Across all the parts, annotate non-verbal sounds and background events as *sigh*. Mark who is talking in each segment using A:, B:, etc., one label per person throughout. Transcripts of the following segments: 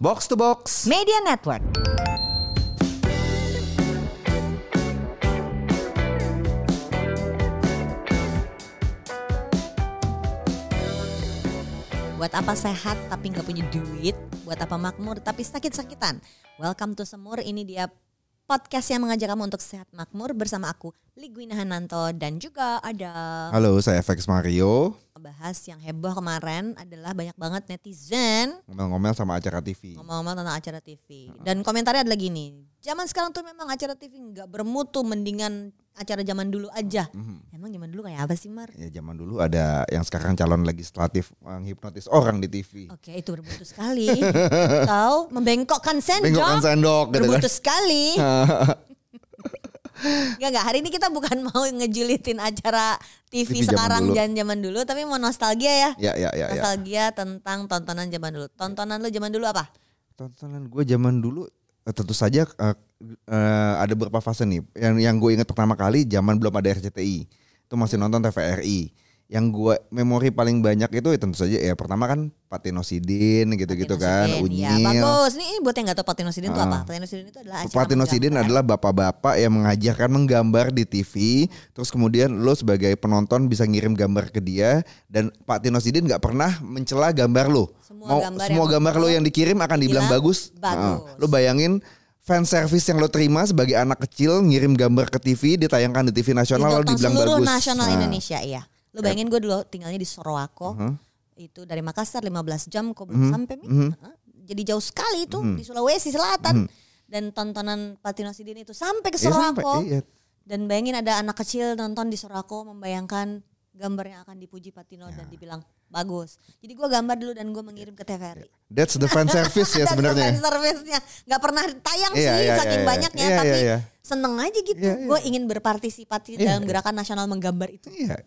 A: Box to Box.
B: Media Network. Buat apa sehat tapi nggak punya duit? Buat apa makmur tapi sakit-sakitan? Welcome to Semur. Ini dia podcast yang mengajak kamu untuk sehat makmur bersama aku Ligwina Hananto dan juga ada
A: Halo, saya FX Mario.
B: bahas yang heboh kemarin adalah banyak banget netizen
A: Ngomel-ngomel sama acara TV.
B: ngomong-ngomong tentang acara TV dan komentarnya adalah gini zaman sekarang tuh memang acara TV nggak bermutu mendingan acara zaman dulu aja
A: Mhm.
B: emang zaman dulu kayak apa sih Mar
A: Ya zaman dulu ada yang sekarang calon legislatif menghipnotis orang di TV.
B: oke itu bermutu
A: *laughs*
B: sekali atau membengkokkan
A: Bengkokan
B: sendok
A: sendok gitu kan.
B: bermutu
A: *laughs*
B: sekali Enggak enggak hari ini kita bukan mau ngejulitin acara TV,
A: TV zaman
B: sekarang
A: dulu.
B: dan zaman dulu tapi mau nostalgia ya
A: Ya ya ya ya.
B: nostalgia tentang tontonan zaman dulu tontonan lu zaman dulu apa
A: Tontonan gue zaman dulu eh, tentu saja eh, eh, ada beberapa fase nih. Yang yang gue ingat pertama kali zaman belum ada RCTI. Itu masih nonton TVRI. Yang gue memori paling banyak itu ya tentu saja ya pertama kan Patinosidin gitu-gitu kan,
B: Patinosidin,
A: Unyil.
B: ya, bagus nih ini buat yang nggak tahu patinosidin itu
A: Ah.
B: apa patinosidin itu adalah acara
A: Patinosidin
B: menggambar.
A: adalah bapak-bapak yang mengajarkan menggambar di TV, terus kemudian lo sebagai penonton bisa ngirim gambar ke dia dan Pak Tinosidin nggak pernah mencela gambar lo.
B: Semua
A: Mau
B: gambar
A: semua
B: yang
A: gambar lo yang dikirim akan dibilang
B: bilang
A: bagus.
B: bagus.
A: Heeh. lo bayangin fan service yang lo terima sebagai anak kecil ngirim gambar ke TV ditayangkan di TV nasional lo
B: ditonton
A: dibilang
B: seluruh
A: bagus.
B: nasional
A: Nah,
B: Indonesia iya lu bayangin gue dulu tinggalnya di Sorowako
A: Mhm.
B: itu dari Makassar 15 jam kok belum
A: Uh-huh.
B: sampai Mi. Heeh. jadi jauh sekali itu di Sulawesi Selatan dan tontonan Patinosidin itu sampai ke
A: Uh-huh. iya sampai,
B: Sorowako
A: iya.
B: dan bayangin ada anak kecil nonton di Sorowako membayangkan gambar yang akan dipuji Patino dan
A: Ya.
B: dibilang bagus jadi gue gambar dulu dan gue mengirim ke TVRI
A: That's the
B: *laughs*
A: fan service ya
B: Ada
A: sebenarnya.
B: fan service-nya nggak pernah tayang
A: Iya,
B: sih
A: iya,
B: saking
A: iya, iya.
B: banyaknya
A: Iya,
B: tapi
A: iya, iya.
B: seneng aja gitu
A: Iya, iya.
B: gue ingin berpartisipasi
A: Iya,
B: dalam gerakan nasional menggambar itu
A: Iya.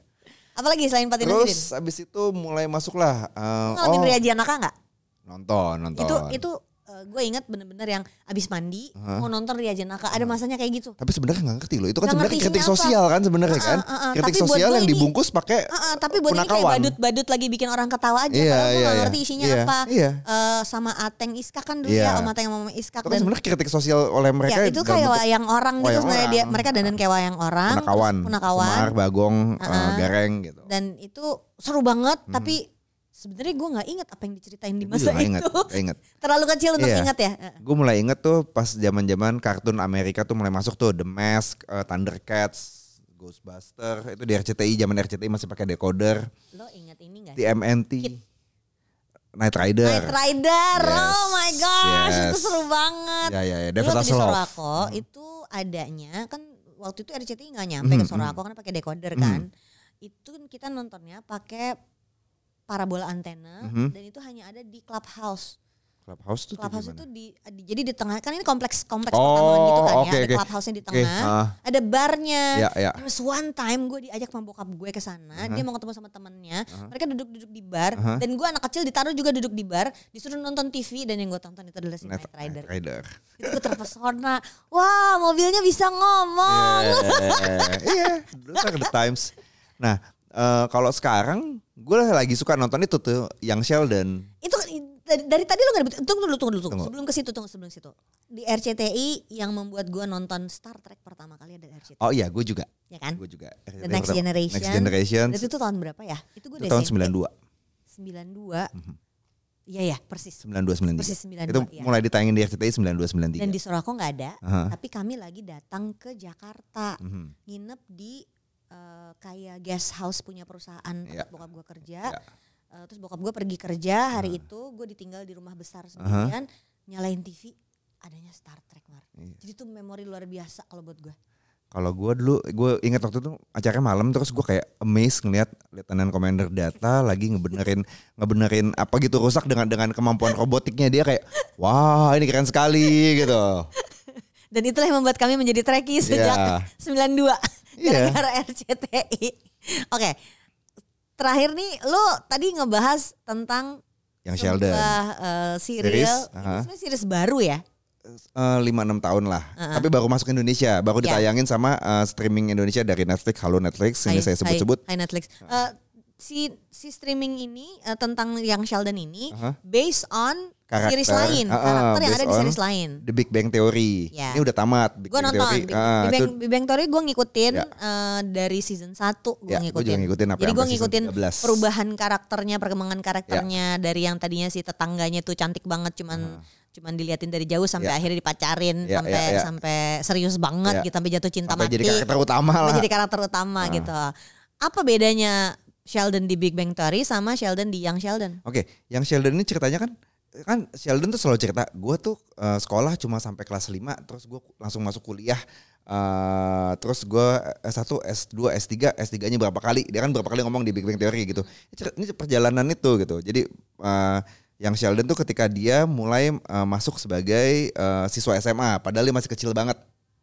B: apalagi selain Patinosidin
A: Terus abis itu mulai masuklah eh,
B: ngalamin
A: oh,
B: Ria Janaka nggak
A: nonton nonton.
B: itu itu gue ingat bener-bener yang abis mandi mau nonton Ria Janaka ada masanya kayak gitu
A: Tapi sebenarnya nggak ngerti loh. Itu kan
B: Nggak
A: sebenarnya
B: ngerti
A: kritik
B: isinya apa.
A: sosial kan sebenarnya
B: Ah,
A: kan.
B: ah, ah.
A: Kritik
B: Tapi buat
A: sosial
B: gue
A: yang
B: ini-
A: dibungkus pakai
B: Heeh, tapi buat ini kayak
A: Penakawan.
B: badut-badut lagi bikin orang ketawa aja
A: Iya,
B: padahal gue
A: iya,
B: nggak
A: iya.
B: ngerti isinya
A: Iya,
B: apa
A: iya.
B: Eh, sama Ateng Iskak kan dulu
A: Iya.
B: ya Om Ateng sama Mama Iskak
A: itu kan sebenarnya kritik sosial oleh mereka
B: ya itu
A: dalam
B: kayak
A: bentuk
B: wayang orang gitu
A: wayang
B: sebenarnya dia
A: orang.
B: mereka dandan kayak wayang orang terus
A: penakawan,
B: punakawan
A: Semar, bagong, eh,
B: Ah, ah.
A: gareng gitu.
B: dan itu seru banget tapi sebenarnya gue nggak inget apa yang diceritain di
A: Gue
B: masa
A: juga
B: itu
A: inget, gak inget.
B: terlalu kecil untuk
A: Iya.
B: ingat ya Heeh.
A: Gue mulai inget tuh pas zaman zaman kartun Amerika tuh mulai masuk tuh The Mask, eh, Thundercats, Ghostbuster itu di RCTI zaman RCTI masih pakai decoder,
B: lo inget ini nggak
A: Iya. TMNT, Night Rider,
B: Night Rider
A: Yes,
B: oh my gosh itu
A: yes.
B: seru banget
A: ya ya ya,
B: dulu
A: Devil Hmm.
B: waktu di
A: Love.
B: Sorako itu adanya kan waktu itu RCTI nggak nyampe ke
A: Mhm,
B: Sorako karena pakai decoder
A: Mhm.
B: kan itu kan kita nontonnya pakai parabola antena
A: Mhm.
B: dan itu hanya ada di clubhouse
A: Clubhouse tuh
B: clubhouse
A: gimana?
B: itu di, di- jadi di tengah kan ini kompleks kompleks
A: Oh,
B: pertamanan gitu kan
A: oke,
B: ya ada
A: oke.
B: clubhouse-nya di
A: Oke,
B: tengah
A: ah,
B: ada barnya
A: ya ya.
B: Terus one time gue diajak sama bokap gue ke sana,
A: Uh-huh.
B: dia mau ketemu sama temennya.
A: Aha.
B: Mereka duduk-duduk di bar
A: Aha.
B: dan gue anak kecil ditaruh juga duduk di bar, disuruh nonton TV dan yang gue tonton itu adalah si Night Rider.
A: *laughs* Knight Rider.
B: Itu gue terpesona. Wah, mobilnya bisa ngomong.
A: Iya, dulu kan The Times. Nah, eh, kalau sekarang gue lagi suka nonton itu tuh yang Sheldon.
B: Itu kan, dari, dari tadi lu gak dibet- tunggu dulu, tunggu dulu, tunggu.
A: Iya. Tunggu.
B: Sebelum ke situ, tunggu sebelum situ. Di RCTI yang membuat gue nonton Star Trek pertama kali adalah RCTI,
A: Oh iya, gue juga.
B: ya kan?
A: Gue juga.
B: The Next
A: Pertama-
B: Generation.
A: Next Generation.
B: Dan itu tahun berapa ya? Itu gue
A: Itu tahun 92.
B: 92. Iya ya, persis.
A: 92 93.
B: Persis 92.
A: Itu
B: ya.
A: mulai ditayangin di RCTI 92
B: Dan
A: 93.
B: di Soroko nggak ada,
A: Aha.
B: tapi kami lagi datang ke Jakarta
A: Mhm.
B: nginep di eh, kayak guest house punya perusahaan
A: Iya.
B: tempat bokap gue kerja.
A: Iya.
B: Eh, terus bokap gue pergi kerja hari itu gue ditinggal di rumah besar sendirian, nyalain TV adanya Star Trek Mar.
A: Iya.
B: Jadi itu memori luar biasa kalau buat gue.
A: Kalau gue dulu, gue ingat waktu itu acaranya malam terus gue kayak amazed ngeliat Lieutenant Commander Data lagi ngebenerin ngebenerin apa gitu rusak dengan dengan kemampuan robotiknya dia kayak wah ini keren sekali
B: *laughs*
A: gitu.
B: Dan itulah yang membuat kami menjadi Trekkie sejak 92
A: Iya.
B: *laughs* gara-gara RCTI. Oke. Terakhir nih lo tadi ngebahas tentang
A: Yang
B: sebuah,
A: Sheldon.
B: eh, serial,
A: Series,
B: Ini
A: aha.
B: sebenarnya series baru ya.
A: eh, lima enam tahun lah.
B: Heeh.
A: Tapi baru masuk Indonesia, baru
B: Ya.
A: ditayangin sama eh, streaming Indonesia dari Netflix, Halo Netflix, ini
B: Hai-
A: saya sebut-sebut. Nah.
B: Hai, hai Netflix. Eh, si si streaming ini eh, tentang yang Sheldon ini
A: Aha.
B: based on
A: karakter
B: series lain,
A: Ah, ah,
B: karakter yang
A: based
B: ada di
A: on
B: series lain.
A: The Big Bang Theory.
B: Ya.
A: Ini udah tamat Big
B: Gue
A: Bang
B: nonton
A: Theory.
B: Big,
A: Ah,
B: Big Bang,
A: itu-
B: Big Bang Theory gue ngikutin
A: Ya.
B: eh, dari season 1 gue
A: ya, gua juga
B: ngikutin.
A: ngikutin apa yang
B: Jadi gue
A: sampai season
B: ngikutin
A: 13.
B: perubahan karakternya, perkembangan
A: Ya.
B: karakternya dari yang tadinya si tetangganya tuh cantik banget cuman cuman diliatin dari jauh sampai
A: Ya.
B: akhirnya dipacarin
A: Ya,
B: sampai
A: ya, ya.
B: sampai serius
A: Ya.
B: banget gitu sampai jatuh cinta
A: Sampai
B: mati.
A: jadi karakter utama
B: sampai
A: lah.
B: jadi karakter utama
A: Ah.
B: gitu. Apa bedanya Sheldon di Big Bang Theory sama Sheldon di Young Sheldon?
A: Oke, yang Sheldon ini ceritanya kan kan Sheldon tuh selalu cerita, gue tuh eh, sekolah cuma sampai kelas 5 terus gue langsung masuk kuliah. eh terus gue S1, S2, S3, S3-nya berapa kali? Dia kan berapa kali ngomong di Big Bang Theory gitu. Ini cer- Ini perjalanan itu gitu. Jadi eh, yang Sheldon tuh ketika dia mulai eh, masuk sebagai eh, siswa SMA, padahal dia masih kecil banget.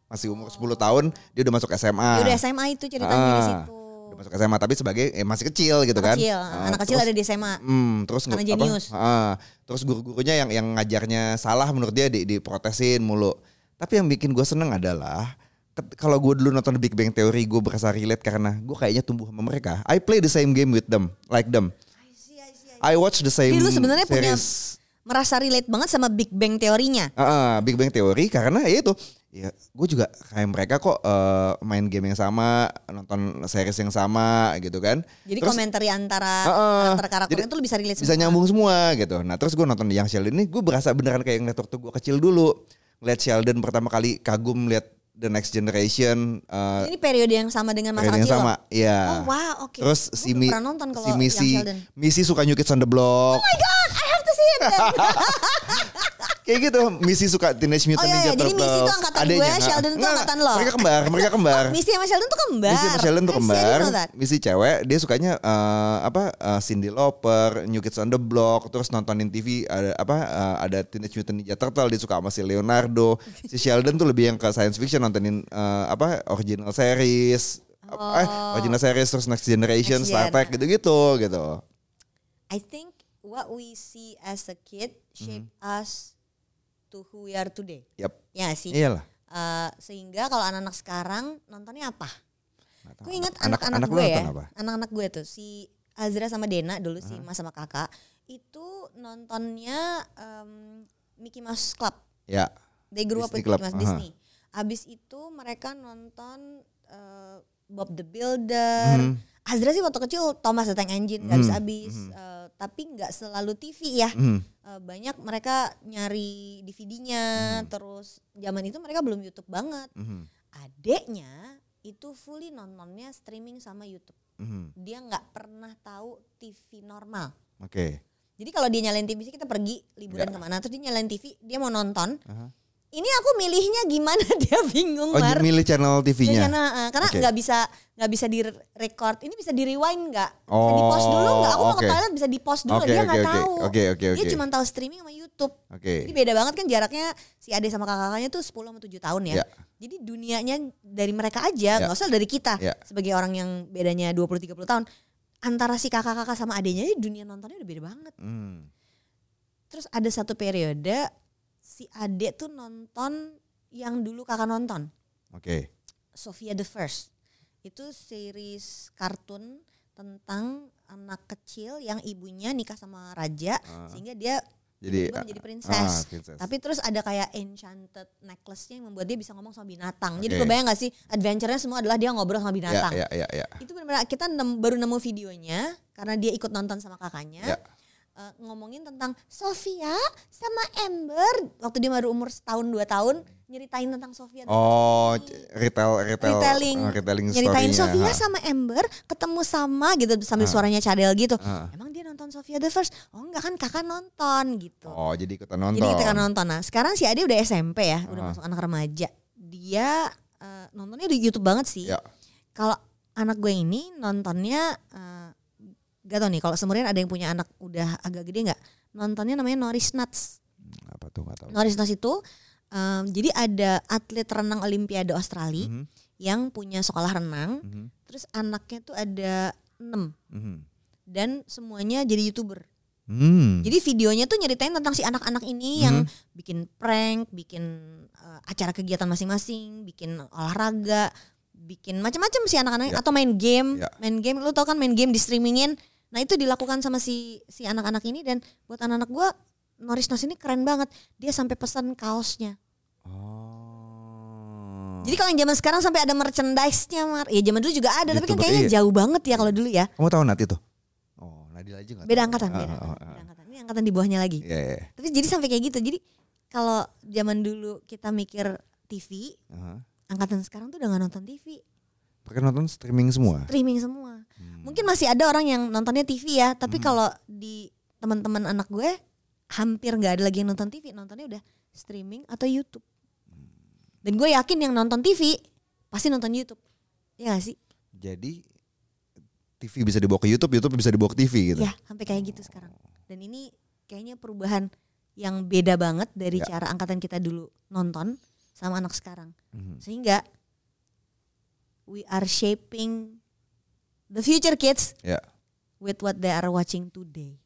A: Masih umur 10 tahun, dia udah masuk SMA.
B: Ya udah SMA itu ceritanya di
A: Ah.
B: situ.
A: Udah masuk SMA tapi sebagai eh, masih kecil gitu
B: Anak
A: kan.
B: kecil,
A: Eh,
B: anak kecil
A: terus-
B: ada di SMA.
A: Hmm, terus
B: Karena
A: nggak-
B: jenius.
A: Apa, Ah, terus guru-gurunya yang yang ngajarnya salah menurut dia di, diprotesin mulu. Tapi yang bikin gue seneng adalah ket- kalau gue dulu nonton Big Bang Theory gue berasa relate karena gue kayaknya tumbuh sama mereka. I play the same game with them, like them. I watch the same.
B: Jadi lu sebenarnya punya-
A: series.
B: Merasa relate banget sama Big Bang teorinya.
A: Ah, ah, Big Bang Theory karena ya itu ya gue juga kayak mereka kok eh, main game yang sama nonton series yang sama gitu kan
B: Jadi
A: Terus-
B: komentari antara
A: Ah, ah.
B: antara karakter
A: Jadi
B: itu lu bisa relate
A: bisa nyambung semua gitu. Nah terus gue nonton Young Sheldon ini gue berasa beneran kayak ngeliat waktu gue kecil dulu. Ngeliat Sheldon pertama kali kagum lihat The Next Generation. eh,
B: Ini periode yang sama dengan masa
A: periode yang
B: kecil
A: sama.
B: lo?
A: Iya.
B: Oh wow, oke.
A: Terus
B: Gua
A: si,
B: belum
A: Mi-
B: pernah nonton kalau
A: si
B: Young
A: Missy,
B: Sheldon.
A: Missy suka new kids on the block.
B: Oh my god, I have to see
A: *laughs*
B: it. then.
A: Kayak gitu, Missy suka Teenage Mutant
B: Oh, iya,
A: Ninja
B: iya. Jadi
A: Turtles.
B: Missy tuh angkatan gue,
A: ha?
B: Sheldon tuh
A: Nggak,
B: angkatan lo. Oh,
A: Mereka kembar, mereka
B: *laughs*
A: kembar.
B: Missy sama Sheldon tuh kembar.
A: Missy sama Sheldon tuh
B: I see, I didn't
A: kembar.
B: know that.
A: Missy cewek, dia sukanya eh, apa eh, Cindy Lauper, New Kids on the Block, terus nontonin TV ada apa eh, ada Teenage Mutant Ninja Turtle, dia suka sama si Leonardo. Si Sheldon tuh lebih yang ke science fiction nontonin eh, apa original series. Eh, original series terus Next Generation,
B: Oh. Next
A: Star
B: Gen.
A: Trek gitu-gitu gitu.
B: I think what we see as a kid shape
A: Hmm.
B: us to who we are today.
A: Yap.
B: Ya nggak sih.
A: Iyalah.
B: Eh, sehingga kalau anak-anak sekarang nontonnya apa?
A: Nggak tahu,
B: Gue inget
A: anak-
B: anak-anak
A: anak lu
B: gue ya,
A: nonton apa? Hmm.
B: anak-anak gue tuh si Azra sama Dena dulu si Mas sama Kakak itu nontonnya em, Mickey Mouse Club.
A: Ya.
B: They grew up
A: Disney
B: with
A: Club,
B: Mickey Mouse
A: aha.
B: Disney. Abis itu mereka nonton eh, Bob the Builder.
A: Mhm.
B: Azra sih waktu kecil Thomas the Tank Engine nggak
A: Mhm,
B: habis-habis, Eh, tapi nggak selalu TV ya.
A: Hmm.
B: Eh, banyak mereka nyari DVD-nya,
A: Hmm.
B: terus zaman itu mereka belum YouTube banget
A: Mhm.
B: adeknya itu fully nontonnya streaming sama YouTube.
A: Mhm.
B: Dia nggak pernah tahu TV normal.
A: Oke.
B: Jadi kalau dia nyalain TV sih kita pergi liburan
A: Ya.
B: kemana, terus dia nyalain TV, dia mau nonton.
A: Aha.
B: Ini aku milihnya gimana *laughs* dia
A: Oh,
B: bingung Mar.
A: milih channel
B: Dia
A: TV-nya.
B: sana, eh, karena
A: Oke.
B: nggak bisa nggak bisa di record. Ini bisa di rewind nggak? Bisa
A: Oh,
B: di pause dulu nggak? Aku mau ke
A: oke.
B: toilet bisa di pause dulu.
A: Oke,
B: dia
A: oke,
B: nggak
A: oke.
B: tahu.
A: Oke, oke,
B: Dia
A: oke.
B: cuma tahu streaming sama YouTube.
A: Oke.
B: Jadi beda banget kan jaraknya si Ade sama kakak-kakaknya tuh 10 sama 7 tahun ya.
A: Ya.
B: Jadi dunianya dari mereka aja,
A: Ya.
B: nggak usah dari kita
A: Ya.
B: sebagai orang yang bedanya 20 30 tahun. Antara si kakak-kakak sama adenya aja dunia nontonnya udah beda banget.
A: Hmm.
B: Terus ada satu periode si Ade tuh nonton yang dulu kakak nonton,
A: Oke.
B: Sofia the First. Itu series kartun tentang anak kecil yang ibunya nikah sama raja
A: Ah.
B: sehingga dia
A: Jadi
B: tiba-tiba menjadi princess.
A: Ah, princess.
B: Tapi terus ada kayak enchanted necklace-nya yang membuat dia bisa ngomong sama binatang. Jadi
A: Oke.
B: lu bayang gak sih adventure-nya semua adalah dia ngobrol sama binatang.
A: Ya, ya, ya, ya.
B: Itu benar-benar kita nem- baru nemu videonya karena dia ikut nonton sama kakaknya.
A: Ya.
B: Eh, ngomongin tentang Sofia sama Amber waktu dia baru umur setahun dua tahun nyeritain tentang Sofia.
A: Oh, c- retail retail
B: Retelling.
A: ah, retelling
B: nyeritain
A: story-nya. Ha.
B: Sofia sama Amber ketemu sama gitu sambil
A: Ah.
B: suaranya cadel gitu.
A: Ah.
B: Emang dia nonton Sofia the First? Oh enggak kan kakak nonton gitu.
A: Oh, jadi ikutan nonton.
B: Jadi kita kan nonton. Nah, sekarang si Ade udah SMP ya, udah
A: Ah.
B: masuk anak remaja. Dia eh, nontonnya di YouTube banget sih.
A: Ya.
B: Kalau anak gue ini nontonnya eh, gak tau nih kalau semuanya ada yang punya anak udah agak gede nggak? Nontonnya namanya Norris Nuts.
A: Apa tuh enggak tahu.
B: Norris Nuts itu em, jadi ada atlet renang Olimpiade Australia
A: Mhm,
B: yang punya sekolah renang,
A: mhm,
B: terus anaknya tuh ada 6
A: mhm.
B: dan semuanya jadi YouTuber.
A: Hmm.
B: Jadi videonya tuh nyeritain tentang si anak-anak ini yang bikin prank, bikin eh, acara kegiatan masing-masing, bikin olahraga, bikin macam-macam si anak-anak
A: Ya.
B: atau main game,
A: Ya.
B: main game lu tau kan main game di streamingin. Nah, itu dilakukan sama si si anak-anak ini dan buat anak-anak gua Norisnos ini keren banget. Dia sampai pesan kaosnya.
A: Hmm. Oh.
B: Jadi kalau yang zaman sekarang sampai ada merchandise-nya, Mar. Ya zaman dulu juga ada, tapi
A: Gitu,
B: kan kayaknya
A: iya.
B: jauh banget ya kalau dulu ya.
A: kamu tahu Nat itu? Oh, Nadila aja nggak
B: Beda
A: tahu.
B: angkatan,
A: Ah,
B: beda
A: ah,
B: angkatan.
A: ah,
B: beda
A: ah.
B: angkatan. Ini angkatan di bawahnya lagi.
A: Iya, iya.
B: Tapi jadi sampai kayak gitu. Jadi kalau zaman dulu kita mikir TV,
A: Aha.
B: angkatan sekarang tuh udah gak nonton TV,
A: Pakai nonton streaming semua.
B: streaming semua.
A: Hmm.
B: Mungkin masih ada orang yang nontonnya TV ya, tapi kalau di teman-teman anak gue hampir nggak ada lagi yang nonton TV, nontonnya udah streaming atau YouTube. Dan gue yakin yang nonton TV pasti nonton YouTube. Iya gak sih?
A: Jadi TV bisa dibawa ke YouTube, YouTube bisa dibawa ke TV gitu.
B: Ya, sampai kayak gitu sekarang. Dan ini kayaknya perubahan yang beda banget dari
A: Ya.
B: cara angkatan kita dulu nonton sama anak sekarang.
A: Mhm.
B: Sehingga we are shaping the future kids
A: Ya.
B: with what they are watching today.